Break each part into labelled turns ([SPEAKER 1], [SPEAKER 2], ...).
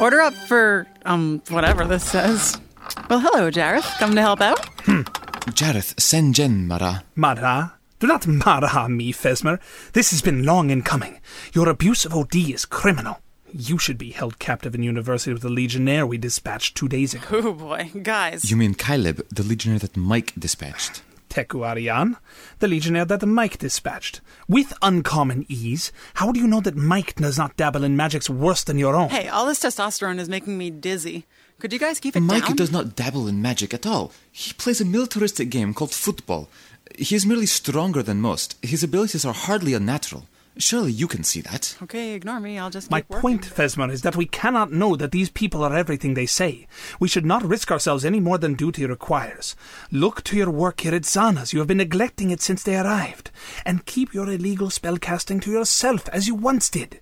[SPEAKER 1] Order up for um whatever this says. Well, hello, Jareth. Come to help out?
[SPEAKER 2] Jareth, Senjen Mara.
[SPEAKER 3] Mara? Do not mara me, Fesmer. This has been long in coming. Your abuse of OD is criminal. You should be held captive in university with the legionnaire we dispatched two days ago.
[SPEAKER 1] Oh boy, guys.
[SPEAKER 2] You mean Caleb, the legionnaire that Mike dispatched?
[SPEAKER 3] Teku Arian, the legionnaire that Mike dispatched. With uncommon ease, how do you know that Mike does not dabble in magics worse than your own?
[SPEAKER 1] hey, all this testosterone is making me dizzy. Could you guys keep it
[SPEAKER 2] Mike
[SPEAKER 1] down?
[SPEAKER 2] does not dabble in magic at all. He plays a militaristic game called football. He is merely stronger than most. His abilities are hardly unnatural. Surely you can see that.
[SPEAKER 1] Okay, ignore me. I'll just
[SPEAKER 3] My
[SPEAKER 1] keep working.
[SPEAKER 3] point, Fesmer, is that we cannot know that these people are everything they say. We should not risk ourselves any more than duty requires. Look to your work here at Zana's. You have been neglecting it since they arrived. And keep your illegal spellcasting to yourself, as you once did.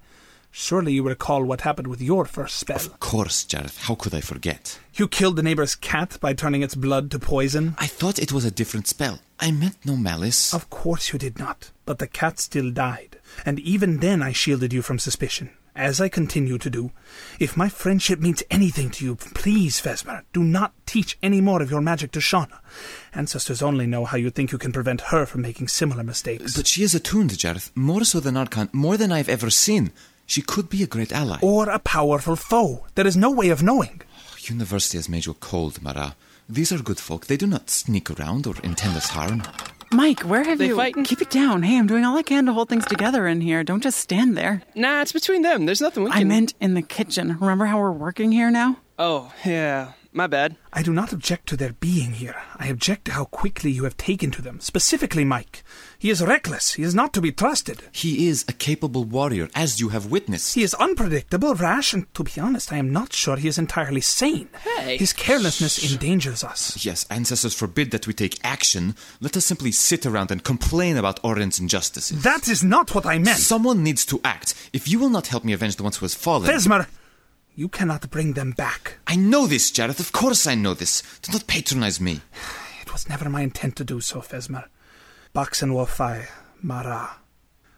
[SPEAKER 3] Surely you recall what happened with your first spell.
[SPEAKER 2] Of course, Jareth, how could I forget?
[SPEAKER 3] You killed the neighbor's cat by turning its blood to poison.
[SPEAKER 2] I thought it was a different spell. I meant no malice.
[SPEAKER 3] Of course you did not, but the cat still died, and even then I shielded you from suspicion, as I continue to do. If my friendship means anything to you, please, Vesmer, do not teach any more of your magic to Shauna. Ancestors only know how you think you can prevent her from making similar mistakes.
[SPEAKER 2] But she is attuned, Jareth, more so than Arkan, more than I've ever seen. She could be a great ally.
[SPEAKER 3] or a powerful foe. There is no way of knowing.
[SPEAKER 2] University has made you cold, Mara. These are good folk. They do not sneak around or intend us harm.
[SPEAKER 1] Mike, where have
[SPEAKER 4] They
[SPEAKER 1] you?
[SPEAKER 4] fighting?
[SPEAKER 1] Keep it down. Hey, I'm doing all I can to hold things together in here. Don't just stand there.
[SPEAKER 4] Nah, it's between them. There's nothing we can.
[SPEAKER 1] I meant in the kitchen. Remember how we're working here now?
[SPEAKER 4] Oh, yeah. My bad.
[SPEAKER 3] I do not object to their being here. I object to how quickly you have taken to them, specifically Mike. He is reckless. He is not to be trusted.
[SPEAKER 2] He is a capable warrior, as you have witnessed.
[SPEAKER 3] He is unpredictable, rash, and to be honest, I am not sure he is entirely sane.
[SPEAKER 4] Hey.
[SPEAKER 3] His carelessness endangers us.
[SPEAKER 2] Yes, ancestors forbid that we take action. Let us simply sit around and complain about Orin's injustices.
[SPEAKER 3] That is not what I meant.
[SPEAKER 2] Someone needs to act. If you will not help me avenge the ones who has fallen.
[SPEAKER 3] Vesmer, you cannot bring them back.
[SPEAKER 2] I know this, Jareth. Of course I know this. Do not patronize me.
[SPEAKER 3] It was never my intent to do so, Fesmer. Box and Wafai, Mara.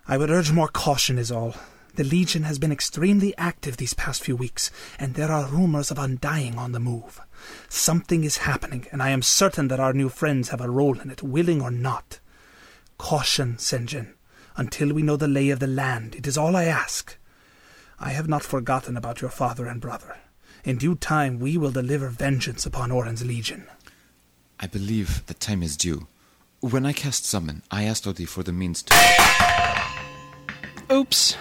[SPEAKER 3] I would urge more caution, is all. The Legion has been extremely active these past few weeks, and there are rumors of undying on the move. Something is happening, and I am certain that our new friends have a role in it, willing or not. Caution, Senjin. Until we know the lay of the land, it is all I ask. I have not forgotten about your father and brother. In due time, we will deliver vengeance upon Oren's Legion.
[SPEAKER 2] I believe the time is due. When I cast summon, I asked Odie for the means to.
[SPEAKER 4] Oops.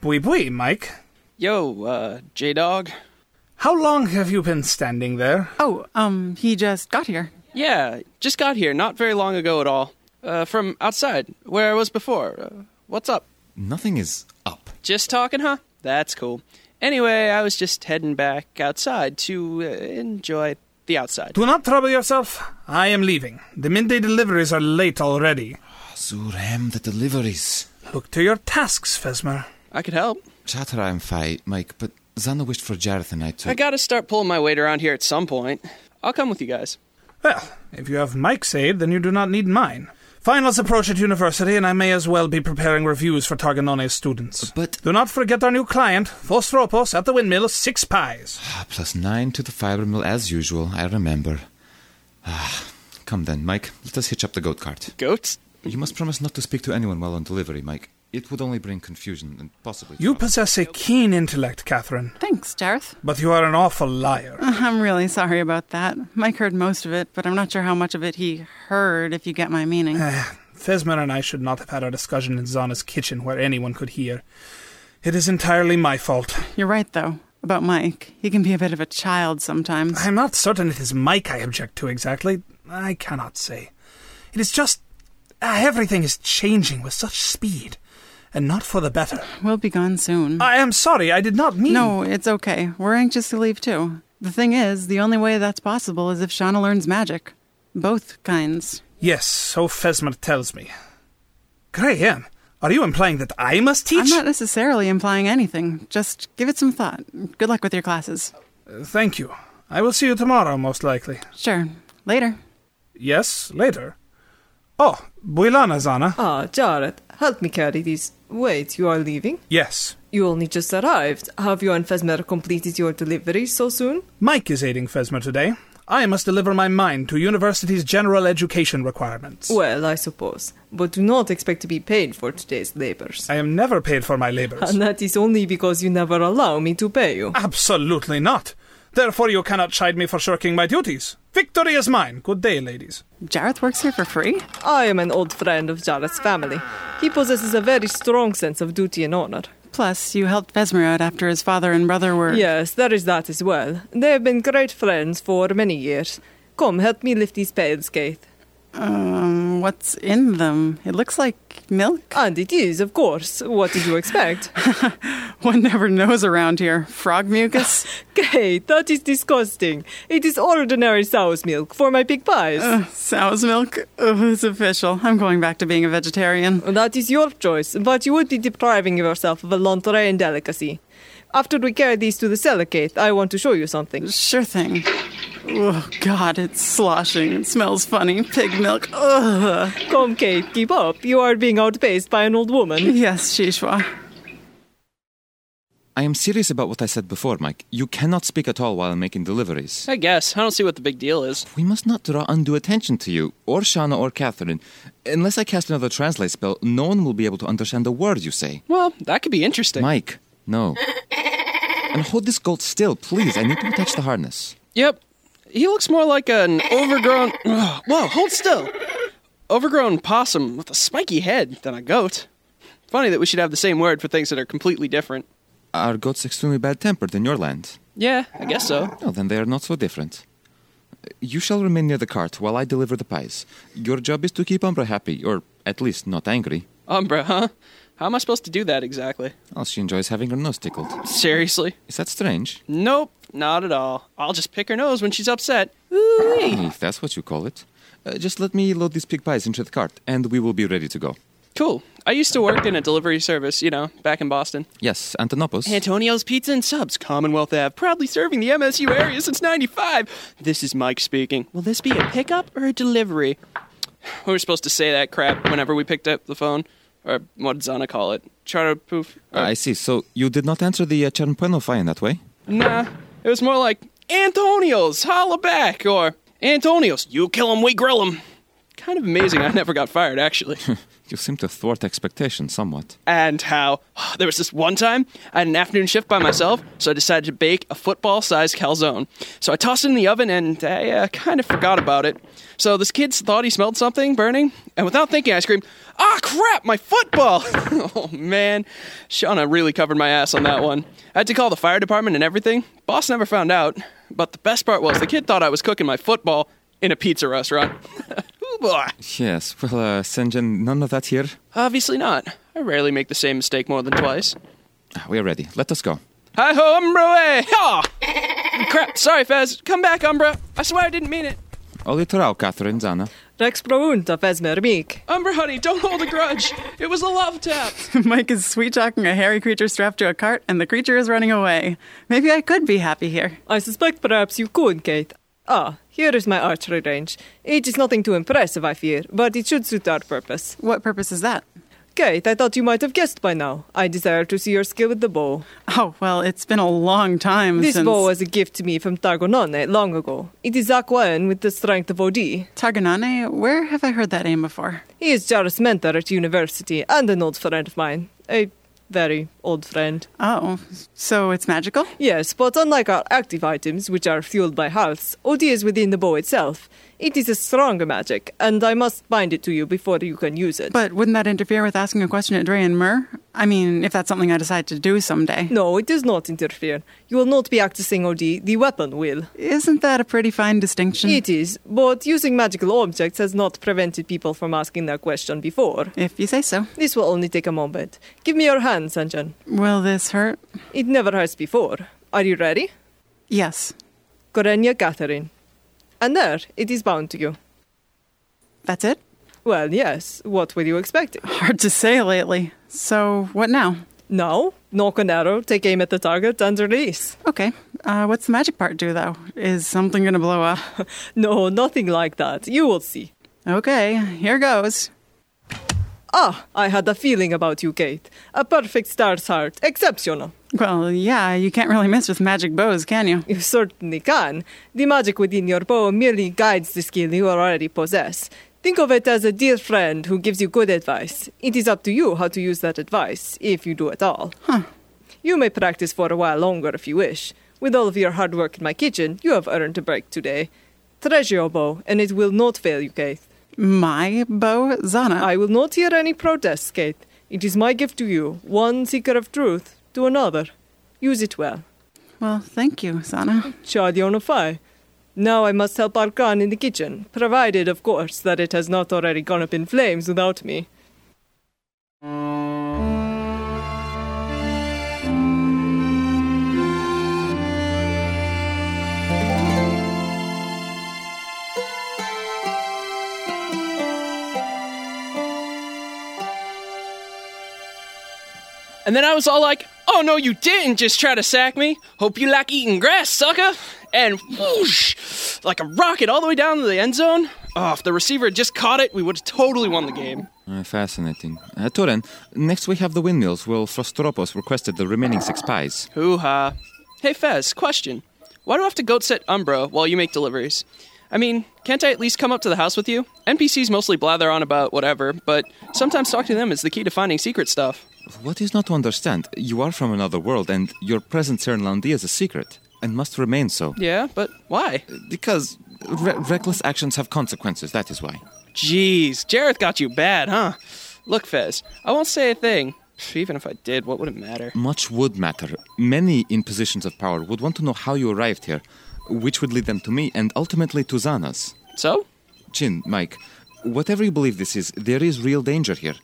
[SPEAKER 3] Bui bui, Mike.
[SPEAKER 4] Yo, uh, J Dog.
[SPEAKER 3] How long have you been standing there?
[SPEAKER 1] Oh, um, he just got here.
[SPEAKER 4] Yeah, just got here not very long ago at all. Uh, from outside, where I was before. Uh, what's up?
[SPEAKER 2] Nothing is up.
[SPEAKER 4] Just talking, huh? That's cool. Anyway, I was just heading back outside to uh, enjoy the outside.
[SPEAKER 3] Do not trouble yourself. I am leaving. The midday deliveries are late already.
[SPEAKER 2] Zurem, the deliveries.
[SPEAKER 3] Look to your tasks, Fesmer.
[SPEAKER 4] I could help.
[SPEAKER 2] Chatra and Fai, Mike, but Zana wished for Jareth and I to.
[SPEAKER 4] I gotta start pulling my weight around here at some point. I'll come with you guys.
[SPEAKER 3] Well, if you have Mike's aid, then you do not need mine. Finals approach at university, and I may as well be preparing reviews for Targanone's students.
[SPEAKER 2] But-
[SPEAKER 3] do not forget our new client, Vostropos, at the windmill, six pies.
[SPEAKER 2] Ah, plus nine to the fibre mill as usual, I remember. Ah, come then, Mike, let us hitch up the goat cart.
[SPEAKER 4] Goats?
[SPEAKER 2] You must promise not to speak to anyone while on delivery, Mike. It would only bring confusion and possibly.
[SPEAKER 3] You
[SPEAKER 2] trouble.
[SPEAKER 3] possess a keen intellect, Catherine,
[SPEAKER 1] Thanks, Jareth. Uh,
[SPEAKER 3] but you are an awful liar.
[SPEAKER 1] I'm really sorry about that. Mike heard most of it, but I'm not sure how much of it he heard, if you get my meaning.
[SPEAKER 3] Fesmer and I should not have had our discussion in Zana's kitchen where anyone could hear. It is entirely my fault.
[SPEAKER 1] You're right, though, about Mike. He can be a bit of a child sometimes.
[SPEAKER 3] I am not certain it is Mike I object to exactly. I cannot say. It is just. ah, everything is changing with such speed, and not for the better.
[SPEAKER 1] We'll be gone soon.
[SPEAKER 3] I am sorry, I did not mean.
[SPEAKER 1] No, it's okay. We're anxious to leave, too. The thing is, the only way that's possible is if Shauna learns magic. Both kinds.
[SPEAKER 3] Yes, so Fesmer tells me. Graham, are you implying that I must teach?
[SPEAKER 1] I'm not necessarily implying anything. Just give it some thought. Good luck with your classes.
[SPEAKER 3] Uh, Thank you. I will see you tomorrow, most likely.
[SPEAKER 1] Sure. Later.
[SPEAKER 3] Yes, later. Oh, Builana, Zana.
[SPEAKER 5] Ah, Jared, help me carry these. Wait, you are leaving?
[SPEAKER 3] Yes.
[SPEAKER 5] You only just arrived. Have you and Fesmer completed your delivery so soon?
[SPEAKER 3] Mike is aiding Fesmer today. I must deliver my mind to university's general education requirements.
[SPEAKER 5] Well, I suppose. But do not expect to be paid for today's labors.
[SPEAKER 3] I am never paid for my labors.
[SPEAKER 5] And that is only because you never allow me to pay you.
[SPEAKER 3] Absolutely not. Therefore, you cannot chide me for shirking my duties. Victory is mine. Good day, ladies.
[SPEAKER 1] Jareth works here for free?
[SPEAKER 5] I am an old friend of Jared's family. He possesses a very strong sense of duty and honor.
[SPEAKER 1] Plus, you helped Vesmer out after his father and brother were.
[SPEAKER 5] Yes, there is that as well. They have been great friends for many years. Come, help me lift these pails, Keith.
[SPEAKER 1] Um, what's in them? It looks like milk?
[SPEAKER 5] And it is, of course. What did you expect?
[SPEAKER 1] One never knows around here. Frog mucus?
[SPEAKER 5] Kate, that is disgusting. It is ordinary sow's milk for my pig pies.
[SPEAKER 1] Ugh, Sow's milk? Ugh, it's official. I'm going back to being a vegetarian.
[SPEAKER 5] That is your choice, but you would be depriving yourself of a lingerie and delicacy. After we carry these to the cellar, Kate, I want to show you something.
[SPEAKER 1] Sure thing. Oh, God, it's sloshing. It smells funny. Pig milk. Ugh.
[SPEAKER 5] Come, Kate, keep up. You are being outpaced by an old woman.
[SPEAKER 1] Yes, Shishwa.
[SPEAKER 2] I am serious about what I said before, Mike. You cannot speak at all while making deliveries.
[SPEAKER 4] I guess. I don't see what the big deal is.
[SPEAKER 2] We must not draw undue attention to you, or Shauna or Catherine. Unless I cast another translate spell, no one will be able to understand a word you say.
[SPEAKER 4] Well, that could be interesting.
[SPEAKER 2] Mike, no. And hold this goat still, please. I need to attach the harness.
[SPEAKER 4] Yep. He looks more like an overgrown. Whoa, hold still. Overgrown possum with a spiky head than a goat. Funny that we should have the same word for things that are completely different.
[SPEAKER 2] Are goats extremely bad tempered in your land?
[SPEAKER 4] Yeah, I guess so.
[SPEAKER 2] No, then they are not so different. You shall remain near the cart while I deliver the pies. Your job is to keep Umbra happy, or at least not angry.
[SPEAKER 4] Umbra, Um, huh? How am I supposed to do that exactly?
[SPEAKER 2] Oh, she enjoys having her nose tickled.
[SPEAKER 4] Seriously?
[SPEAKER 2] Is that strange?
[SPEAKER 4] Nope, not at all. I'll just pick her nose when she's upset.
[SPEAKER 2] If that's what you call it. Uh, just let me load these pig pies into the cart, and we will be ready to go.
[SPEAKER 4] Cool. I used to work in a delivery service, you know, back in Boston.
[SPEAKER 2] Yes, Antonopoulos.
[SPEAKER 4] Antonio's Pizza and Subs, Commonwealth Ave, proudly serving the MSU area since 95. This is Mike speaking. Will this be a pickup or a delivery? We were supposed to say that crap whenever we picked up the phone. Or what did Zana call it? Charter poof? Uh, Or-
[SPEAKER 2] I see. So you did not answer the uh, Charampueno fire in that way?
[SPEAKER 4] Nah, it was more like Antonio's, holla back, or Antonio's, you kill him, we grill him. Kind of amazing. I never got fired, actually.
[SPEAKER 2] You seem to thwart expectations somewhat.
[SPEAKER 4] and how there was this one time I had an afternoon shift by myself, so I decided to bake a football-sized calzone. So I tossed it in the oven, and I uh, kind of forgot about it. So this kid thought he smelled something burning, and without thinking, I screamed, "Ah, crap! My football!" oh man, Shauna really covered my ass on that one. I had to call the fire department and everything. Boss never found out, but the best part was the kid thought I was cooking my football in a pizza restaurant. Ooh boy.
[SPEAKER 2] Yes, well, uh, Senjan, none of that here.
[SPEAKER 4] Obviously not. I rarely make the same mistake more than twice.
[SPEAKER 2] Ah, We are ready. Let us go.
[SPEAKER 4] Hi ho, Umbra! way! Ha! Crap, sorry, Fez. Come back, Umbra. I swear I didn't mean it.
[SPEAKER 2] Olitorau, Catherine, Zana.
[SPEAKER 5] Rex Prounta Fesmer Meek.
[SPEAKER 4] Umbra, honey, don't hold a grudge. It was a love tap.
[SPEAKER 1] Mike is sweet talking a hairy creature strapped to a cart, and the creature is running away. Maybe I could be happy here.
[SPEAKER 5] I suspect perhaps you could, Kate. Ah, here is my archery range. It is nothing too impressive, I fear, but it should suit our purpose.
[SPEAKER 1] What purpose is that?
[SPEAKER 5] Kate, I thought you might have guessed by now. I desire to see your skill with the bow.
[SPEAKER 1] Oh, well, it's been a long time
[SPEAKER 5] This
[SPEAKER 1] since.
[SPEAKER 5] bow was a gift to me from Targonone long ago. It is Aquan with the strength of OD. He
[SPEAKER 1] Targanane? Where have I heard that name before?
[SPEAKER 5] is Jared's mentor at university and an old friend of mine. A very old friend.
[SPEAKER 1] Oh, so it's magical?
[SPEAKER 5] Yes, but unlike our active items, which are fueled by hearths, OD is within the bow itself. It is a stronger magic, and I must bind it to you before you can use it.
[SPEAKER 1] But wouldn't that interfere with asking a question at Dre and Myrrh? I mean, if that's something I decide to do someday.
[SPEAKER 5] no, it does not interfere. You will not be accessing OD, the weapon will.
[SPEAKER 1] Isn't that a pretty fine distinction?
[SPEAKER 5] It is, but using magical objects has not prevented people from asking that question before.
[SPEAKER 1] If you say so.
[SPEAKER 5] This will only take a moment. Give me your hand, Sanjan.
[SPEAKER 1] Will this hurt?
[SPEAKER 5] It never hurts before. Are you ready?
[SPEAKER 1] Yes.
[SPEAKER 5] Corenya Catherine. And there, it is bound to you.
[SPEAKER 1] That's it?
[SPEAKER 5] Well, yes, what were you expecting?
[SPEAKER 1] Hard to say lately. So, what now?
[SPEAKER 5] Now, knock an arrow, take aim at the target, and release.
[SPEAKER 1] Okay. Uh, what's the magic part do, though? Is something going to blow up?
[SPEAKER 5] No, nothing like that. You will see.
[SPEAKER 1] Okay, here goes.
[SPEAKER 5] Ah, I had a feeling about you, Kate. A perfect star's heart. Exceptional.
[SPEAKER 1] Well, yeah, you can't really miss with magic bows, can you?
[SPEAKER 5] You certainly can. The magic within your bow merely guides the skill you already possess. Think of it as a dear friend who gives you good advice. It is up to you how to use that advice, if you do at all.
[SPEAKER 1] Huh.
[SPEAKER 5] You may practice for a while longer if you wish. With all of your hard work in my kitchen, you have earned a break today. Treasure your bow, and it will not fail you, Kate.
[SPEAKER 1] My bow, Zana.
[SPEAKER 5] I will not hear any protests, Kate. It is my gift to you, one seeker of truth to another. Use it well.
[SPEAKER 1] Well, thank you, Zana.
[SPEAKER 5] Chardion of Fire. Now I must help Arkan in the kitchen, provided, of course, that it has not already gone up in flames without me.
[SPEAKER 4] And then I was all like, oh no, you didn't just try to sack me. Hope you like eating grass, sucker. And whoosh, like a rocket all the way down to the end zone. Oh, if the receiver had just caught it, we would have totally won the game.
[SPEAKER 2] Uh, fascinating. Uh, Turen, next we have the windmills, where Frostropos requested the remaining six pies.
[SPEAKER 4] Hoo ha. Hey, Fez, question. Why do I have to goat sit Umbro while you make deliveries? I mean, can't I at least come up to the house with you? NPCs mostly blather on about whatever, but sometimes talking to them is the key to finding secret stuff.
[SPEAKER 2] What is not to understand? You are from another world, and your presence here in Landia is a secret, and must remain so.
[SPEAKER 4] Yeah, but why?
[SPEAKER 2] Because re- reckless actions have consequences, that is why.
[SPEAKER 4] Jeez, Jareth got you bad, huh? Look, Fez, I won't say a thing. Pff, Even if I did, what would it matter?
[SPEAKER 2] Much would matter. Many in positions of power would want to know how you arrived here, which would lead them to me, and ultimately to Zana's.
[SPEAKER 4] So?
[SPEAKER 2] Chin, Mike, whatever you believe this is, there is real danger here.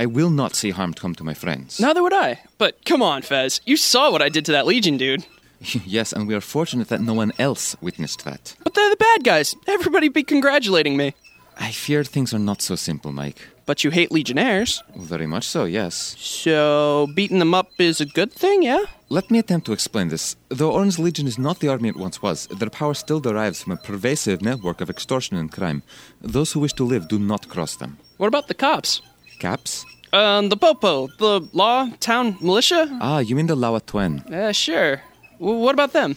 [SPEAKER 2] I will not see harm come to my friends.
[SPEAKER 4] Neither would I. But come on, Fez, you saw what I did to that Legion dude.
[SPEAKER 2] yes, and we are fortunate that no one else witnessed that.
[SPEAKER 4] But they're the bad guys. Everybody be congratulating me.
[SPEAKER 2] I fear things are not so simple, Mike.
[SPEAKER 4] But you hate Legionnaires,
[SPEAKER 2] Very much so, yes.
[SPEAKER 4] so beating them up is a good thing, yeah?
[SPEAKER 2] Let me attempt to explain this. Though Orange Legion is not the army it once was, their power still derives from a pervasive network of extortion and crime. Those who wish to live do not cross them.
[SPEAKER 4] What about the cops?
[SPEAKER 2] Caps?
[SPEAKER 4] Um, the Popo, the law, town militia?
[SPEAKER 2] Ah, you mean the Lawatuen.
[SPEAKER 4] Uh, sure. W- what about them?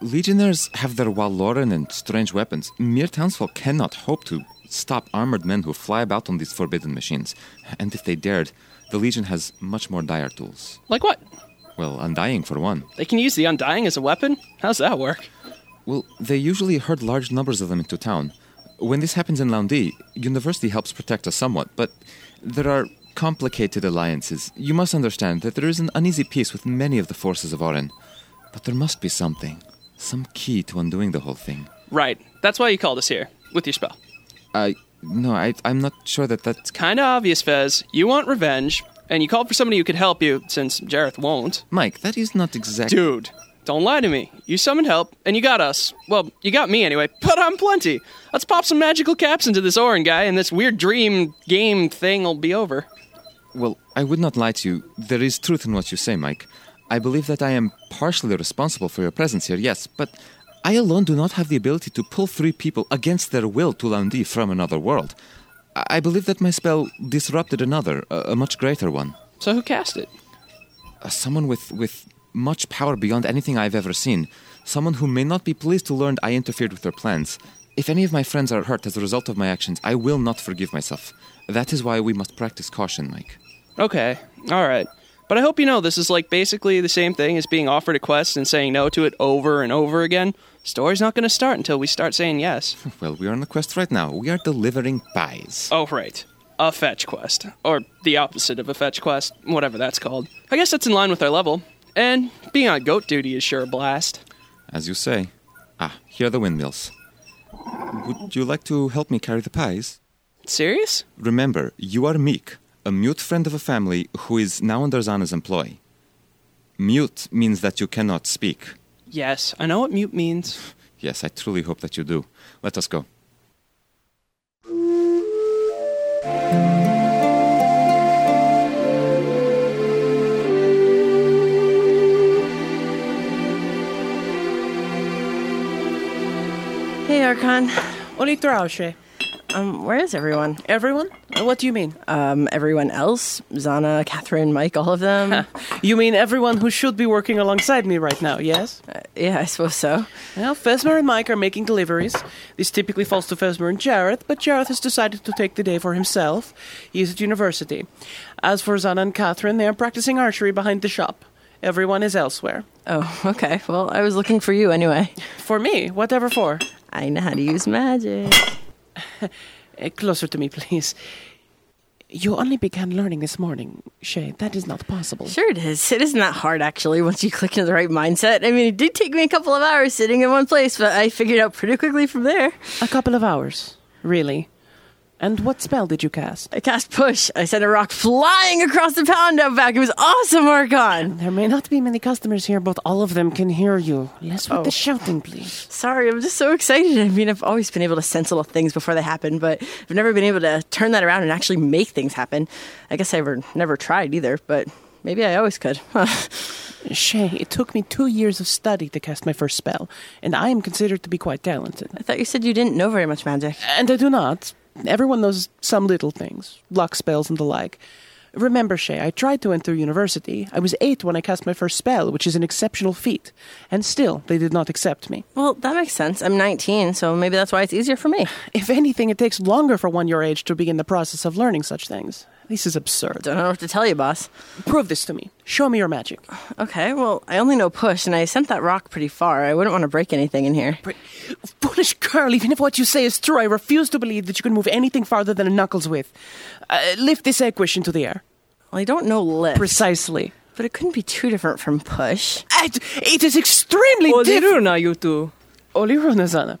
[SPEAKER 2] Legionnaires have their Walloran and strange weapons. Mere townsfolk cannot hope to stop armored men who fly about on these forbidden machines. And if they dared, the Legion has much more dire tools.
[SPEAKER 4] Like what?
[SPEAKER 2] Well, Undying for one.
[SPEAKER 4] They can use the Undying as a weapon? How's that work?
[SPEAKER 2] Well, they usually herd large numbers of them into town. When this happens in Laundi, university helps protect us somewhat, but there are complicated alliances. You must understand that there is an uneasy peace with many of the forces of Oren. But there must be something, some key to undoing the whole thing.
[SPEAKER 4] Right. That's why you called us here, with your spell.
[SPEAKER 2] I no, I I'm not sure that that's
[SPEAKER 4] Kinda obvious, Fez. You want revenge, and you called for somebody who could help you, since Jareth won't.
[SPEAKER 2] Mike. That is not exactly.
[SPEAKER 4] Dude, don't lie to me. You summoned help, and you got us. Well, you got me anyway, but I'm plenty. Let's pop some magical caps into this Orin guy, and this weird dream game thing will be over.
[SPEAKER 2] Well, I would not lie to you. There is truth in what you say, Mike. I believe that I am partially responsible for your presence here, yes, but I alone do not have the ability to pull three people against their will to Landi from another world. I I believe that my spell disrupted another, a, a much greater one.
[SPEAKER 4] So who cast it?
[SPEAKER 2] Uh, someone with, with much power beyond anything I've ever seen. Someone who may not be pleased to learn I interfered with their plans. If any of my friends are hurt as a result of my actions, I will not forgive myself. That is why we must practice caution, Mike.
[SPEAKER 4] Okay, all right. But I hope you know this is like basically the same thing as being offered a quest and saying no to it over and over again. Story's not going to start until we start saying yes.
[SPEAKER 2] Well, we are on a quest right now. We are delivering pies.
[SPEAKER 4] Oh, right. A fetch quest. Or the opposite of a fetch quest, whatever that's called. I guess that's in line with our level. And being on goat duty is sure a blast.
[SPEAKER 2] As you say. Ah, here are the windmills. Would you like to help me carry the pies?
[SPEAKER 4] Serious?
[SPEAKER 2] Remember, you are Meek, a mute friend of a family who is now under Zana's employ. Mute means that you cannot speak.
[SPEAKER 4] Yes, I know what mute means.
[SPEAKER 2] Yes, I truly hope that you do. Let us go.
[SPEAKER 6] Hey, Arkan. Oli Trausche. Um, where is everyone?
[SPEAKER 7] Everyone? What do you mean?
[SPEAKER 6] Um, everyone else? Zana, Catherine, Mike, all of them?
[SPEAKER 7] You mean everyone who should be working alongside me right now, yes?
[SPEAKER 6] Yeah, I suppose so.
[SPEAKER 7] Well, Fesmer and Mike are making deliveries. This typically falls to Fesmer and Jareth, but Jareth has decided to take the day for himself. He is at university. As for Zana and Catherine, they are practicing archery behind the shop. Everyone is elsewhere.
[SPEAKER 6] Oh, okay. Well, I was looking for you anyway.
[SPEAKER 7] For me, whatever for.
[SPEAKER 6] I know how to use magic.
[SPEAKER 7] Eh, closer to me, please. You only began learning this morning, Shay. That is not possible.
[SPEAKER 6] Sure, it is. It isn't that hard, actually, once you click into the right mindset. I mean, it did take me a couple of hours sitting in one place, but I figured out pretty quickly from there.
[SPEAKER 7] A couple of hours, really. And what spell did you cast?
[SPEAKER 6] I cast push. I sent a rock flying across the pound out back. It was awesome, Archon.
[SPEAKER 7] There may not be many customers here, but all of them can hear you. Less with the shouting, please.
[SPEAKER 6] Sorry, I'm just so excited. I mean, I've always been able to sense little things before they happen, but I've never been able to turn that around and actually make things happen. I guess I ever, never tried either, but maybe I always could. Huh.
[SPEAKER 7] Shay, it took me two years of study to cast my first spell, and I am considered to be quite talented.
[SPEAKER 6] I thought you said you didn't know very much magic.
[SPEAKER 7] And I do not. Everyone knows some little things, luck spells and the like. Remember, Shay, I tried to enter university. I was eight when I cast my first spell, which is an exceptional feat. And still, they did not accept me.
[SPEAKER 6] Well, that makes sense. I'm 19, so maybe that's why it's easier for me.
[SPEAKER 7] If anything, it takes longer for one your age to begin the process of learning such things. This is absurd.
[SPEAKER 6] Don't know what to tell you, boss.
[SPEAKER 7] Prove this to me. Show me your magic.
[SPEAKER 6] Okay, well, I only know push, and I sent that rock pretty far. I wouldn't want to break anything in here.
[SPEAKER 7] But, foolish girl, even if what you say is true, I refuse to believe that you can move anything farther than a knuckle's width. Uh, lift this equish into the air.
[SPEAKER 6] Well, I don't know lift,
[SPEAKER 7] Precisely.
[SPEAKER 6] but it couldn't be too different from push.
[SPEAKER 7] It, it is extremely different.
[SPEAKER 5] Oliruna, you two.
[SPEAKER 7] Olirunazana.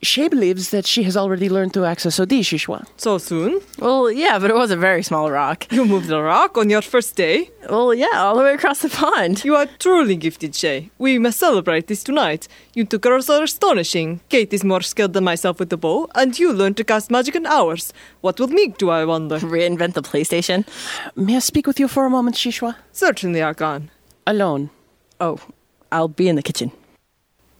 [SPEAKER 7] She believes that she has already learned to access Odishishwa.
[SPEAKER 5] So soon?
[SPEAKER 6] Well, yeah, but it was a very small rock.
[SPEAKER 5] You moved the rock on your first day?
[SPEAKER 6] Well, yeah, all the way across the pond.
[SPEAKER 5] You are truly gifted, Shay. We must celebrate this tonight. You two girls are astonishing. Kate is more skilled than myself with the bow, and you learned to cast magic in hours. What will Meek do, I wonder?
[SPEAKER 6] Reinvent the PlayStation.
[SPEAKER 7] May I speak with you for a moment, Shishwa?
[SPEAKER 5] Certainly Arkan.
[SPEAKER 7] Alone.
[SPEAKER 6] Oh, I'll be in the kitchen.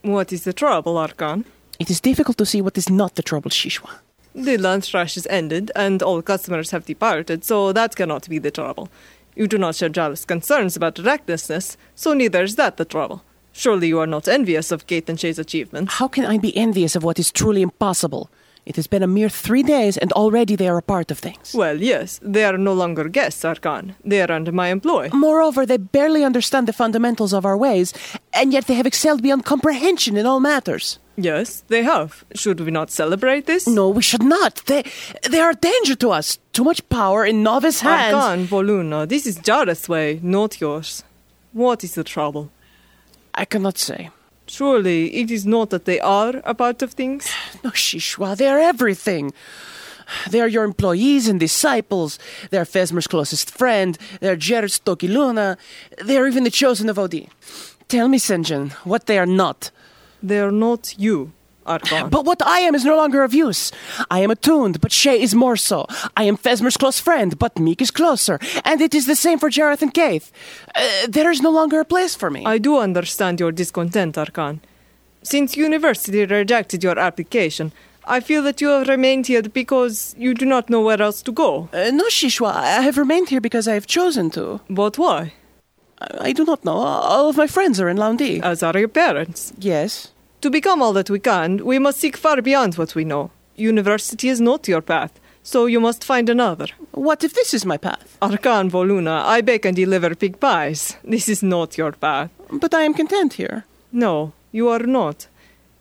[SPEAKER 5] What is the trouble, Arkan?
[SPEAKER 7] It is difficult to see what is not the trouble, Shishwa.
[SPEAKER 5] The lunch rush is ended, and all customers have departed, so that cannot be the trouble. You do not share jealous concerns about recklessness, so neither is that the trouble. Surely you are not envious of Kate and Shay's achievements.
[SPEAKER 7] How can I be envious of what is truly impossible? It has been a mere three days, and already they are a part of things.
[SPEAKER 5] Well, yes, they are no longer guests, Arkan. They are under my employ.
[SPEAKER 7] Moreover, they barely understand the fundamentals of our ways, and yet they have excelled beyond comprehension in all matters.
[SPEAKER 5] Yes, they have. Should we not celebrate this?
[SPEAKER 7] No, we should not. They, they are a danger to us. Too much power in novice hands.
[SPEAKER 5] Arkan, Voluna, this is Jareth's way, not yours. What is the trouble?
[SPEAKER 7] I cannot say.
[SPEAKER 5] Surely it is not that they are a part of things?
[SPEAKER 7] No, Shishwa, they are everything. They are your employees and disciples. They are Fesmer's closest friend. They are Jared's Tokiluna. They are even the chosen of Odie. Tell me, Senjan, what they are not.
[SPEAKER 5] They are not you, Arkan.
[SPEAKER 7] But what I am is no longer of use. I am attuned, but Shay is more so. I am Fesmer's close friend, but Meek is closer. And it is the same for Jareth and Kaith. Uh, there is no longer a place for me.
[SPEAKER 5] I do understand your discontent, Arkan. Since university rejected your application, I feel that you have remained here because you do not know where else to go.
[SPEAKER 7] Uh, no, Shishwa, I have remained here because I have chosen to.
[SPEAKER 5] But why?
[SPEAKER 7] I, I do not know. All of my friends are in Laundi.
[SPEAKER 5] As are your parents.
[SPEAKER 7] yes.
[SPEAKER 5] To become all that we can, we must seek far beyond what we know. University is not your path, so you must find another.
[SPEAKER 7] What if this is my path?
[SPEAKER 5] Arkan Voluna, I bake and deliver pig pies. This is not your path.
[SPEAKER 7] But I am content here.
[SPEAKER 5] No, you are not.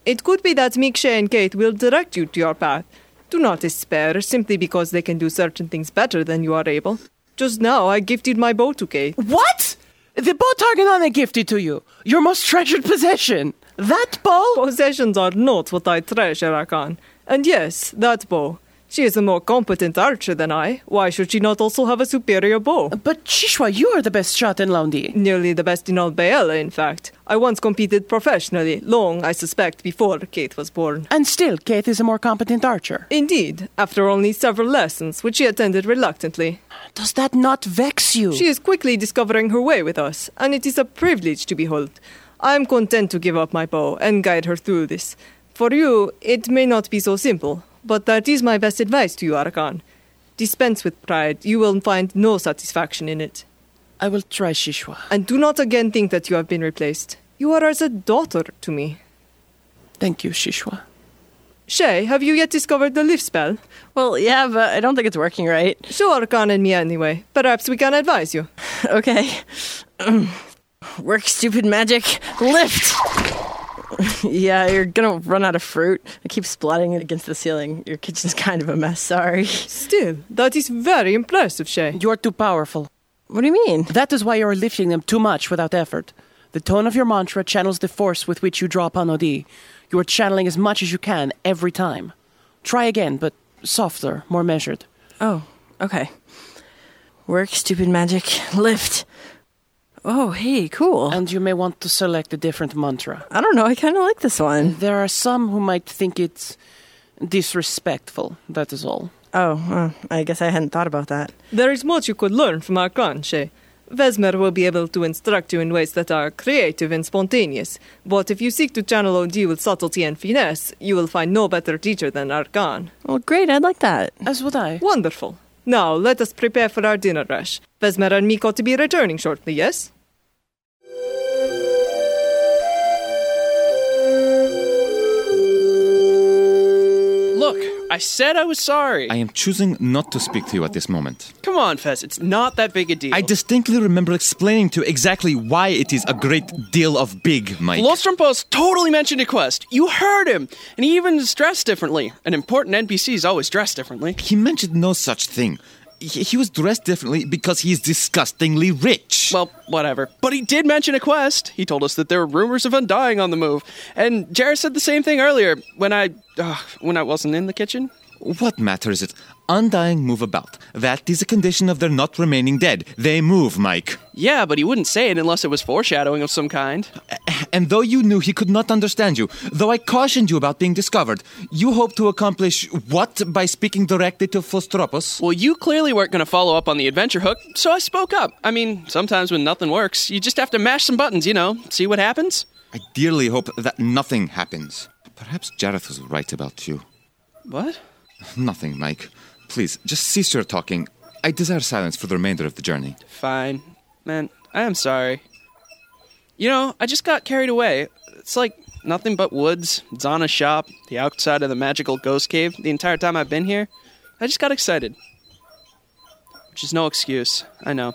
[SPEAKER 5] It could be that Miksha and Kate will direct you to your path. Do not despair simply because they can do certain things better than you are able. Just now, I gifted my bow to Kate.
[SPEAKER 7] What? The bow Targanana gifted to you. Your most treasured possession. That bow?
[SPEAKER 5] Possessions are not what I treasure, Arkan. And yes, that bow. She is a more competent archer than I. Why should she not also have a superior bow?
[SPEAKER 7] But Shishwa, you are the best shot in Laundi.
[SPEAKER 5] Nearly the best in all Bayela, in fact. I once competed professionally, long, I suspect, before Kate was born.
[SPEAKER 7] And still, Kate is a more competent archer.
[SPEAKER 5] Indeed, after only several lessons, which she attended reluctantly,
[SPEAKER 7] Does that not vex you?
[SPEAKER 5] she is quickly discovering her way with us, and it is a privilege to behold. I am content to give up my bow and guide her through this. For you, it may not be so simple, but that is my best advice to you, Arakan. Dispense with pride. You will find no satisfaction in it.
[SPEAKER 7] I will try Shishwa.
[SPEAKER 5] And do not again think that you have been replaced. You are as a daughter to me.
[SPEAKER 7] Thank you, Shishwa.
[SPEAKER 5] Shay, have you yet discovered the lift spell?
[SPEAKER 6] Well, yeah, but I don't think it's working right.
[SPEAKER 5] Show Arkan and me anyway. Perhaps we can advise you.
[SPEAKER 6] Okay. Work, stupid magic. Lift! yeah, you're gonna run out of fruit. I keep splatting it against the ceiling. Your kitchen's kind of a mess, sorry.
[SPEAKER 5] Still, that is very impressive, Shay.
[SPEAKER 7] You are too powerful.
[SPEAKER 6] What do you mean?
[SPEAKER 7] That is why you are lifting them too much without effort. The tone of your mantra channels the force with which you draw upon Odi. You are channeling as much as you can every time. Try again, but softer, more measured.
[SPEAKER 6] Oh, okay. Work, stupid magic. Lift. Oh, hey, cool.
[SPEAKER 7] And you may want to select a different mantra.
[SPEAKER 6] I don't know, I kinda like this one.
[SPEAKER 7] There are some who might think it disrespectful, that is all.
[SPEAKER 6] Oh, uh, I guess I hadn't thought about that.
[SPEAKER 5] There is much you could learn from Arkan, Shay. Vesmer will be able to instruct you in ways that are creative and spontaneous, but if you seek to channel OD with subtlety and finesse, you will find no better teacher than Arkan.
[SPEAKER 6] Well, great, I'd like that.
[SPEAKER 7] As would I.
[SPEAKER 5] Wonderful. Now, let us prepare for our dinner rush. Vesmer and Miko to be returning shortly, yes?
[SPEAKER 4] Look, I said I was sorry.
[SPEAKER 2] I am choosing not to speak to you at this moment.
[SPEAKER 4] Come on, Fez. It's not that big a deal.
[SPEAKER 2] I distinctly remember explaining to you exactly why it is a great deal of big, Mike.
[SPEAKER 4] Lostrompos totally mentioned a quest. You heard him, and he even is dressed differently. An important NPC is always dressed differently.
[SPEAKER 2] He mentioned no such thing. He, he was dressed differently because he is disgustingly rich.
[SPEAKER 4] Well, whatever. But he did mention a quest. He told us that there were rumors of undying on the move, and Jared said the same thing earlier when I uh, when I wasn't in the kitchen.
[SPEAKER 2] what matter is it? Undying move about. That is a condition of their not remaining dead. They move, Mike.
[SPEAKER 4] Yeah, but he wouldn't say it unless it was foreshadowing of some kind.
[SPEAKER 2] And though you knew he could not understand you, though I cautioned you about being discovered, you hope to accomplish what by speaking directly to Philostropos?
[SPEAKER 4] Well, you clearly weren't going to follow up on the adventure hook, so I spoke up. I mean, sometimes when nothing works, you just have to mash some buttons, you know, see what happens.
[SPEAKER 2] I dearly hope that nothing happens. Perhaps Jareth was right about you.
[SPEAKER 4] What?
[SPEAKER 2] Nothing, Mike. Please, just cease your talking. I desire silence for the remainder of the journey.
[SPEAKER 4] Fine. Man, I am sorry. You know, I just got carried away. It's like nothing but woods, Zana's shop, the outside of the magical ghost cave the entire time I've been here. I just got excited. Which is no excuse, I know.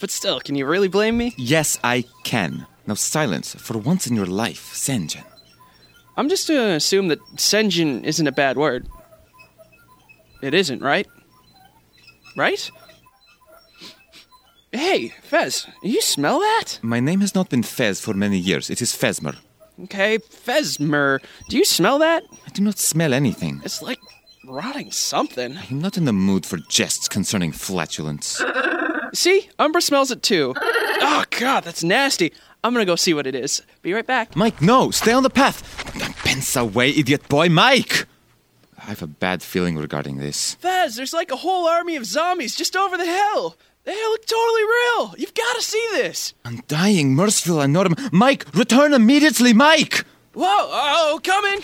[SPEAKER 4] But still, can you really blame me?
[SPEAKER 2] Yes, I can. Now, silence for once in your life, Senjan.
[SPEAKER 4] I'm just gonna assume that Senjin isn't a bad word. It isn't, right? Right? Hey, Fez, you smell that?
[SPEAKER 2] My name has not been Fez for many years. It is Fezmer.
[SPEAKER 4] Okay, Fezmer, do you smell that?
[SPEAKER 2] I do not smell anything.
[SPEAKER 4] It's like rotting something.
[SPEAKER 2] I'm not in the mood for jests concerning flatulence.
[SPEAKER 4] See, Umbra smells it too. Oh god, that's nasty. I'm gonna go see what it is. Be right back.
[SPEAKER 2] Mike, no! Stay on the path! Pence away, idiot boy! Mike! I have a bad feeling regarding this.
[SPEAKER 4] Fez, there's like a whole army of zombies just over the hill. They look totally real. You've gotta see this.
[SPEAKER 2] Undying, merciful, and norm. Mike, return immediately, Mike!
[SPEAKER 4] Whoa! Oh, coming!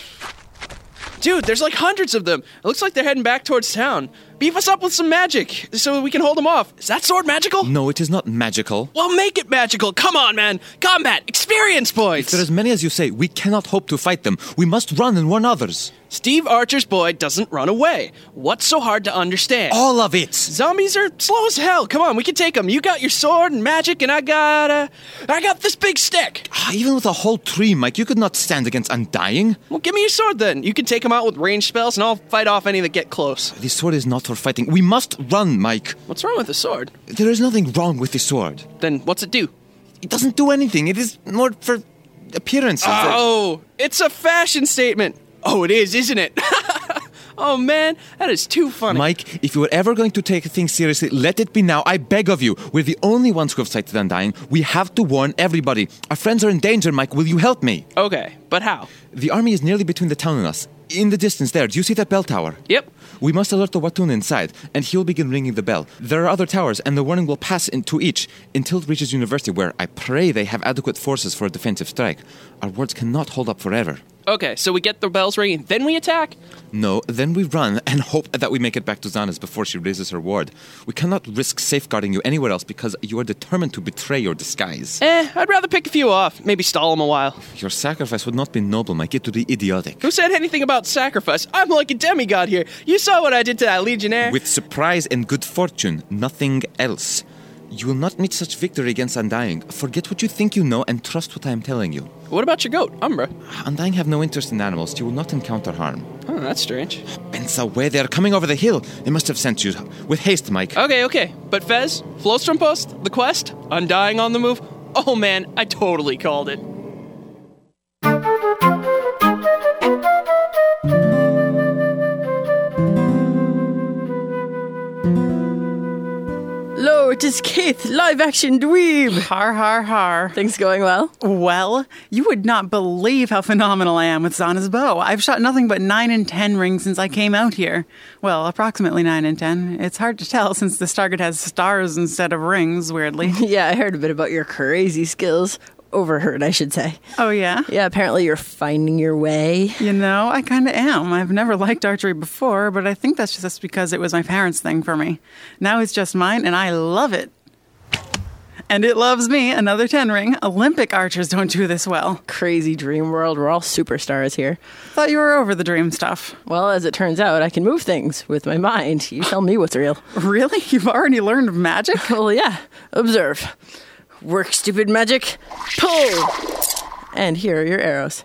[SPEAKER 4] Dude, there's like hundreds of them. It looks like they're heading back towards town. Beef us up with some magic so we can hold them off. Is that sword magical?
[SPEAKER 2] No, it is not magical.
[SPEAKER 4] Well, make it magical. Come on, man. Combat, experience points.
[SPEAKER 2] There are as many as you say. We cannot hope to fight them. We must run and warn others.
[SPEAKER 4] Steve Archer's boy doesn't run away. What's so hard to understand?
[SPEAKER 2] All of it!
[SPEAKER 4] Zombies are slow as hell. Come on, we can take them. You got your sword and magic, and I got uh, I got this big stick.
[SPEAKER 2] Ah, Even with a whole tree, Mike, you could not stand against Undying.
[SPEAKER 4] Well, give me your sword then. You can take them out with range spells, and I'll fight off any that get close.
[SPEAKER 2] This sword is not for fighting. We must run, Mike.
[SPEAKER 4] What's wrong with the sword?
[SPEAKER 2] There is nothing wrong with this sword.
[SPEAKER 4] Then what's it do?
[SPEAKER 2] It doesn't do anything. It is more for appearances.
[SPEAKER 4] Oh, it's a fashion statement. Oh, it is, isn't it? oh man, that is too funny.
[SPEAKER 2] Mike, if you were ever going to take things seriously, let it be now. I beg of you. We're the only ones who have sighted Undying. We have to warn everybody. Our friends are in danger, Mike. Will you help me?
[SPEAKER 4] Okay, but how?
[SPEAKER 2] The army is nearly between the town and us. In the distance there, do you see that bell tower?
[SPEAKER 4] Yep.
[SPEAKER 2] We must alert the Watun inside, and he will begin ringing the bell. There are other towers, and the warning will pass into each until it reaches university, where I pray they have adequate forces for a defensive strike. Our words cannot hold up forever.
[SPEAKER 4] Okay, so we get the bells ringing, then we attack.
[SPEAKER 2] No, then we run and hope that we make it back to Zana's before she raises her ward. We cannot risk safeguarding you anywhere else because you are determined to betray your disguise.
[SPEAKER 4] Eh, I'd rather pick a few off. Maybe stall them a while.
[SPEAKER 2] Your sacrifice would not be noble, Mike. It would be idiotic.
[SPEAKER 4] Who said anything about sacrifice? I'm like a demigod here. You saw what I did to that legionnaire.
[SPEAKER 2] With surprise and good fortune, nothing else. You will not meet such victory against Undying. Forget what you think you know and trust what I am telling you.
[SPEAKER 4] what about your goat, Umbra?
[SPEAKER 2] Undying have no interest in animals. You will not encounter harm.
[SPEAKER 4] Oh, that's strange.
[SPEAKER 2] Bends away. They are coming over the hill. They must have sent you. With haste, Mike.
[SPEAKER 4] Okay, okay. But Fez, Flowstrom Post, The Quest, Undying on the Move. Oh man, I totally called it.
[SPEAKER 6] Lo, it is Keith, live action dweeb.
[SPEAKER 1] Har, har, har.
[SPEAKER 6] Things going well?
[SPEAKER 1] Well, you would not believe how phenomenal I am with Zana's bow. I've shot nothing but 9 and 10 rings since I came out here. Well, approximately 9 and 10. It's hard to tell since this target has stars instead of rings, weirdly.
[SPEAKER 6] Yeah, I heard a bit about your crazy skills. Overheard, I should say.
[SPEAKER 1] Oh, yeah?
[SPEAKER 6] Yeah, apparently you're finding your way.
[SPEAKER 1] You know, I kind of am. I've never liked archery before, but I think that's just because it was my parents' thing for me. Now it's just mine, and I love it. And it loves me, another 10 ring. Olympic archers don't do this well.
[SPEAKER 6] Crazy dream world. We're all superstars here.
[SPEAKER 1] Thought you were over the dream stuff.
[SPEAKER 6] Well, as it turns out, I can move things with my mind. You tell me what's real.
[SPEAKER 1] Really? You've already learned magic?
[SPEAKER 6] Well, yeah. Observe. Work, stupid magic. Pull. And here are your arrows.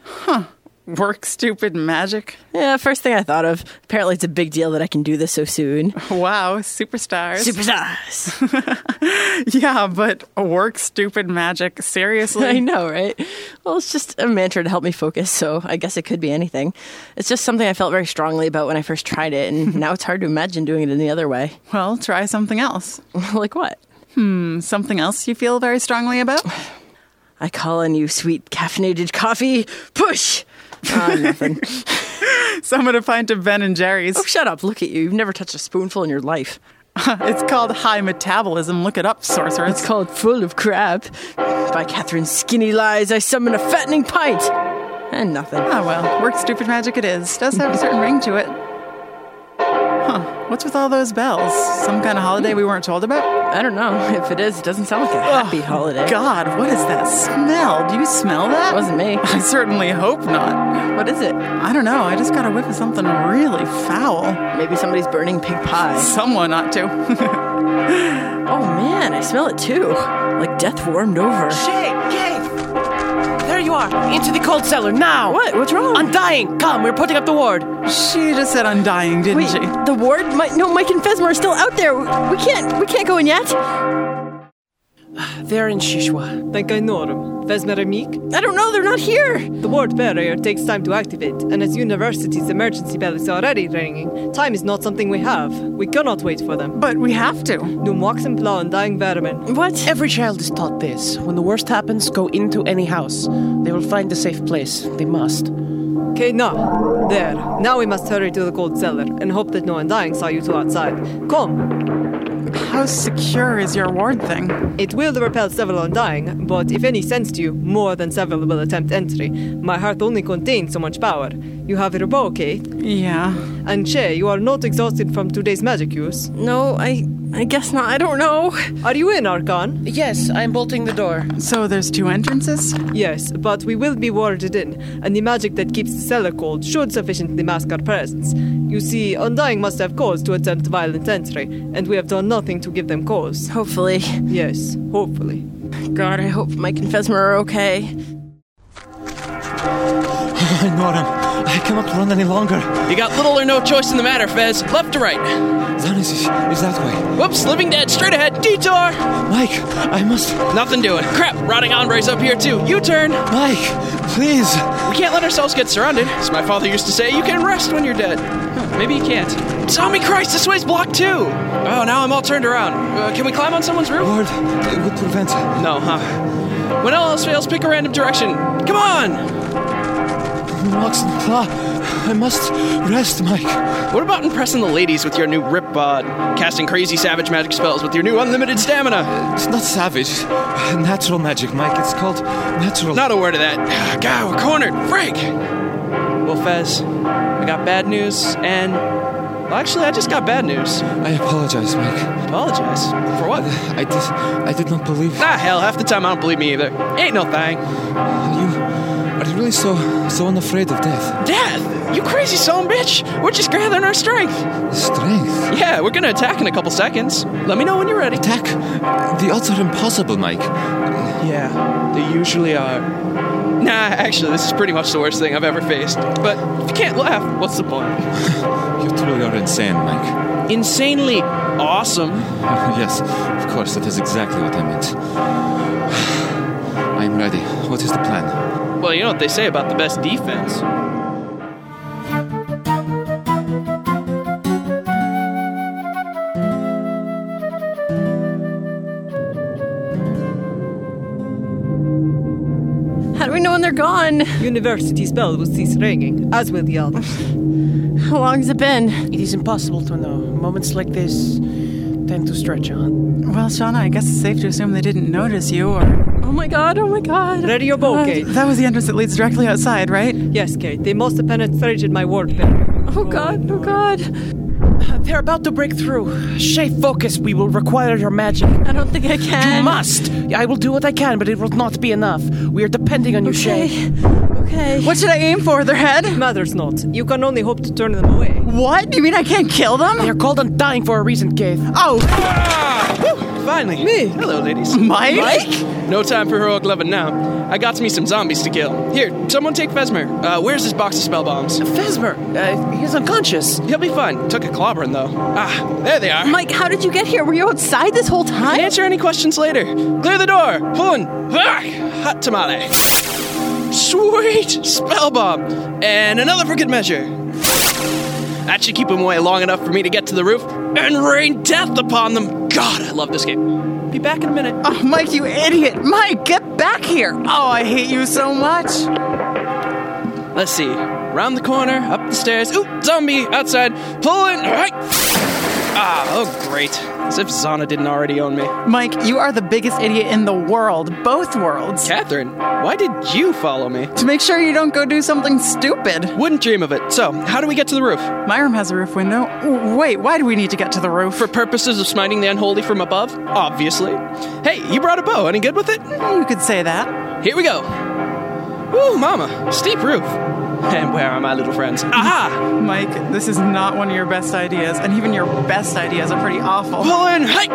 [SPEAKER 1] Work stupid magic?
[SPEAKER 6] Yeah, first thing I thought of. Apparently, it's a big deal that I can do this so soon.
[SPEAKER 1] Wow, superstars.
[SPEAKER 6] Superstars.
[SPEAKER 1] yeah, but work stupid magic? Seriously?
[SPEAKER 6] I know, right? Well, it's just a mantra to help me focus, so I guess it could be anything. It's just something I felt very strongly about when I first tried it, and now it's hard to imagine doing it any other way.
[SPEAKER 1] Well, try something else.
[SPEAKER 6] like what?
[SPEAKER 1] Something else you feel very strongly about?
[SPEAKER 6] I call on you, sweet caffeinated coffee. Push. Ah, nothing.
[SPEAKER 1] Summon a pint of Ben and Jerry's.
[SPEAKER 6] oh, shut up! Look at you. You've never touched a spoonful in your life.
[SPEAKER 1] It's called high metabolism. Look it up, sorcerer.
[SPEAKER 6] It's called Full of Crap. By Catherine's skinny lies, I summon a fattening pint. And nothing.
[SPEAKER 1] Ah, well, work stupid magic it is. Does have a certain ring to it. Huh. What's with all those bells? Some kind of holiday we weren't told about?
[SPEAKER 6] I don't know. If it is, it doesn't sound like a happy holiday.
[SPEAKER 1] God, what is that smell? Do you smell that?
[SPEAKER 6] It wasn't me.
[SPEAKER 1] I certainly hope not.
[SPEAKER 6] What is it?
[SPEAKER 1] I don't know. I just got a whiff of something really foul.
[SPEAKER 6] Maybe somebody's burning pig pie.
[SPEAKER 1] Someone ought to.
[SPEAKER 6] Oh man, I smell it too. Like death warmed over.
[SPEAKER 7] Shay, Kate! There you are! Into the cold cellar now!
[SPEAKER 6] What? What's wrong?
[SPEAKER 7] I'm dying! Come, we're putting up the ward!
[SPEAKER 1] she just said undying, didn't
[SPEAKER 6] Wait,
[SPEAKER 1] she?
[SPEAKER 6] the ward? Mike, no, Mike and Fesmer are still out there. We can't. We can't go in yet.
[SPEAKER 7] They're in Shishwa.
[SPEAKER 5] Think I know him. Vesmer Amik?
[SPEAKER 6] I don't know. They're not here.
[SPEAKER 5] The ward barrier takes time to activate, and as university's emergency bell is already ringing, time is not something we have. We cannot wait for them.
[SPEAKER 1] But we have to.
[SPEAKER 5] Num Waxenblau and Dying Vermin.
[SPEAKER 6] What?
[SPEAKER 7] Every child is taught this. When the worst happens, go into any house. They will find a safe place. They must.
[SPEAKER 5] Okay, now. There. Now we must hurry to the cold cellar and hope that no Undying saw you two outside. Come.
[SPEAKER 1] How secure is your ward thing?
[SPEAKER 5] It will repel several Undying, but if any sends to you, more than several will attempt entry. My heart only contains so much power. You have your bow, okay?
[SPEAKER 1] Yeah.
[SPEAKER 5] And Che, you are not exhausted from today's magic use.
[SPEAKER 6] No, I. I guess not. I don't know.
[SPEAKER 5] Are you in, Archon?
[SPEAKER 7] Yes, I'm bolting the door.
[SPEAKER 1] So there's two entrances?
[SPEAKER 5] Yes, but we will be warded in, and the magic that keeps the cellar cold should sufficiently mask our presence. You see, Undying must have cause to attempt violent entry, and we have done nothing to give them cause.
[SPEAKER 6] Hopefully.
[SPEAKER 5] Yes, hopefully.
[SPEAKER 6] God, I hope Mike and Fesmer are okay.
[SPEAKER 2] I know him. I cannot run any longer.
[SPEAKER 4] You got little or no choice in the matter, Fez. Left to right.
[SPEAKER 2] Zanis is, is that way.
[SPEAKER 4] Whoops, Living Dead, straight ahead, detour!
[SPEAKER 2] Mike, I must.
[SPEAKER 4] Nothing doing. Crap, rotting hombres up here too. U turn!
[SPEAKER 2] Mike, please.
[SPEAKER 4] We can't let ourselves get surrounded. As my father used to say, you can rest when you're dead. Huh, Maybe you can't. Zombie Christ, this way's blocked too! Oh, now I'm all turned around. Uh, can we climb on someone's roof?
[SPEAKER 2] Lord, it would prevent.
[SPEAKER 4] No, huh? When all else fails, pick a random direction. Come on!
[SPEAKER 2] Locks and claw. I must rest, Mike.
[SPEAKER 4] What about impressing the ladies with your new rip bod? Casting crazy savage magic spells with your new unlimited stamina?
[SPEAKER 2] It's not savage. Natural magic, Mike. It's called natural.
[SPEAKER 4] Not a word of that. God, we're cornered. Frank! Well, Fez, I got bad news, and well, actually, I just got bad news.
[SPEAKER 2] I apologize, Mike.
[SPEAKER 4] Apologize for what?
[SPEAKER 2] I did, I did not believe
[SPEAKER 4] Ah, hell, half the time I don't believe me either. Ain't no thing.
[SPEAKER 2] Are you. Are you really so so unafraid of death?
[SPEAKER 4] Death, you crazy son of a bitch. We're just gathering our strength.
[SPEAKER 2] Strength?
[SPEAKER 4] Yeah, we're gonna attack in a couple seconds. Let me know when you're ready.
[SPEAKER 2] Attack? The odds are impossible, Mike.
[SPEAKER 4] Yeah, they usually are. Nah, actually, this is pretty much the worst thing I've ever faced. But if you can't laugh, what's the point?
[SPEAKER 2] You truly are insane, Mike.
[SPEAKER 4] Insanely awesome.
[SPEAKER 2] yes, of course, that is exactly what I meant. I am ready. What is the plan?
[SPEAKER 4] Well, you know what they say about the best defense.
[SPEAKER 6] How do we know when they're gone?
[SPEAKER 5] University's bell will cease ringing, as will the others.
[SPEAKER 6] How long's it been?
[SPEAKER 7] It is impossible to know. Moments like this tend to stretch on.
[SPEAKER 1] Well, Shauna, I guess it's safe to assume they didn't notice you or.
[SPEAKER 6] Oh my god, oh my god.
[SPEAKER 5] Ready your bow, Kate.
[SPEAKER 1] That was the entrance that leads directly outside, right?
[SPEAKER 5] Yes, Kate, they must have penetrated my ward barrier.
[SPEAKER 6] Oh god, oh god.
[SPEAKER 7] They're about to break through. Shay, focus. We will require your magic.
[SPEAKER 6] I don't think I can.
[SPEAKER 7] You must. I will do what I can, but it will not be enough. We are depending on you, Shay.
[SPEAKER 6] Okay. Okay.
[SPEAKER 1] What should I aim for? Their head?
[SPEAKER 5] Matters not. You can only hope to turn them away.
[SPEAKER 1] What? You mean I can't kill them?
[SPEAKER 7] They're called undying for a reason, Keith.
[SPEAKER 1] Oh,
[SPEAKER 4] Finally. Me. Hello, ladies.
[SPEAKER 1] Mike?
[SPEAKER 4] No time for heroic loving now. I got me some zombies to kill. Here, someone take Vesmer. Uh, where's his box of spell bombs?
[SPEAKER 7] Fesmer, uh, he's unconscious.
[SPEAKER 4] He'll be fine. Took a clobbering, though. Ah, there they are.
[SPEAKER 6] Mike, how did you get here? Were you outside this whole time?
[SPEAKER 4] Answer any questions later. Clear the door. Hun. Ah, Hot tamale. Sweet. Spell bomb. And another for good measure. That should keep them away long enough for me to get to the roof and rain death upon them. God, I love this game. Be back in a minute.
[SPEAKER 1] oh, Mike, you idiot! Mike, get back here! Oh, I hate you so much.
[SPEAKER 4] Let's see. Round the corner, up the stairs. Oop, zombie outside. Pull in. Right. Ah, oh, great. As if Zana didn't already own me.
[SPEAKER 1] Mike, you are the biggest idiot in the world, both worlds.
[SPEAKER 4] Catherine, why did you follow me?
[SPEAKER 1] To make sure you don't go do something stupid.
[SPEAKER 4] Wouldn't dream of it. So, how do we get to the roof?
[SPEAKER 1] My room has a roof window. Ooh, Wait, why do we need to get to the roof?
[SPEAKER 4] For purposes of smiting the unholy from above? Obviously. Hey, you brought a bow. Any good with it?
[SPEAKER 1] You could say that.
[SPEAKER 4] Here we go. Woo, mama. Steep roof. And where are my little friends? Aha!
[SPEAKER 1] Mike, this is not one of your best ideas, and even your best ideas are pretty awful.
[SPEAKER 4] Pull in. Hi!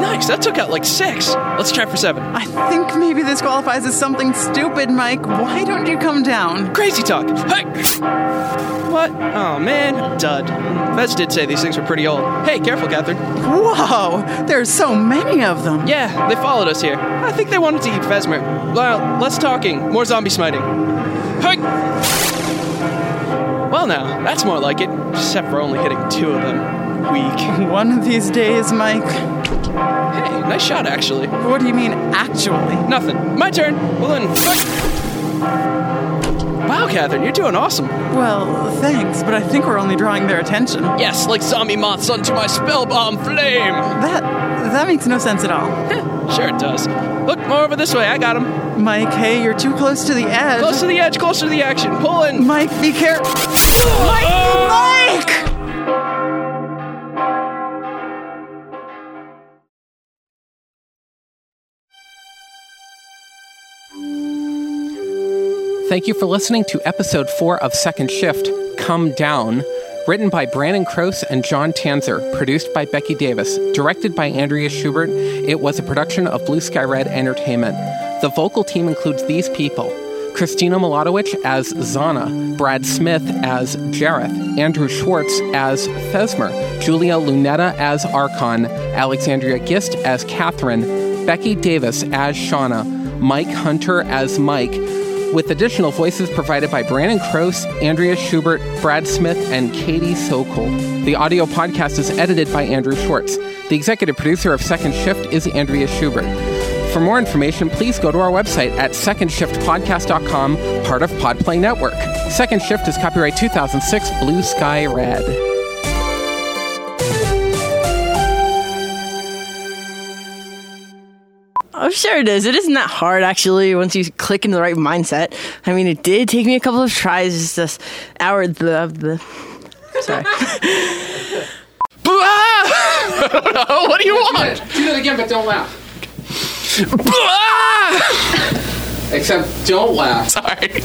[SPEAKER 4] Nice. That took out like six. Let's try for seven.
[SPEAKER 1] I think maybe this qualifies as something stupid, Mike. Why don't you come down?
[SPEAKER 4] Crazy talk. Hi! What? Oh, man. Dud. Fez did say these things were pretty old. Hey, careful, Catherine.
[SPEAKER 1] Whoa, there's so many of them.
[SPEAKER 4] Yeah, they followed us here. I think they wanted to eat Fesmer. Well, less talking, more zombie smiting. Hi! Well, now, that's more like it, except for only hitting two of them. Weak.
[SPEAKER 1] One of these days, Mike.
[SPEAKER 4] Hey, nice shot, actually.
[SPEAKER 1] What do you mean, actually?
[SPEAKER 4] Nothing. My turn. Well, then. Wow, Catherine, you're doing awesome.
[SPEAKER 1] Well, thanks, but I think we're only drawing their attention.
[SPEAKER 4] Yes, like zombie moths onto my spell bomb flame.
[SPEAKER 1] That that makes no sense at all.
[SPEAKER 4] Sure, it does. Look more over this way. I got him.
[SPEAKER 1] Mike, hey, you're too close to the edge.
[SPEAKER 4] Close to the edge, closer to the action. Pull in.
[SPEAKER 1] Mike, be careful. Mike, Mike!
[SPEAKER 8] Thank you for listening to episode four of Second Shift, Come Down, written by Brandon Kroos and John Tanzer, produced by Becky Davis, directed by Andrea Schubert. It was a production of Blue Sky Red Entertainment. The vocal team includes these people Christina Miladowicz as Zana, Brad Smith as Jareth, Andrew Schwartz as Fesmer, Julia Lunetta as Archon, Alexandria Gist as Catherine, Becky Davis as Shauna, Mike Hunter as Mike, with additional voices provided by Brandon Kroos, Andrea Schubert, Brad Smith, and Katie Sokol. The audio podcast is edited by Andrew Schwartz. The executive producer of Second Shift is Andrea Schubert. For more information, please go to our website at secondshiftpodcast.com, part of Podplay Network. Second Shift is copyright 2006 Blue Sky Red.
[SPEAKER 6] Oh, sure it is. It isn't that hard, actually, once you click into the right mindset. I mean, it did take me a couple of tries, just this hour of the. of the sorry.
[SPEAKER 9] Oh, what do you want?
[SPEAKER 8] Do that again, but don't laugh.
[SPEAKER 9] Ah!
[SPEAKER 8] Except don't laugh.
[SPEAKER 9] Sorry.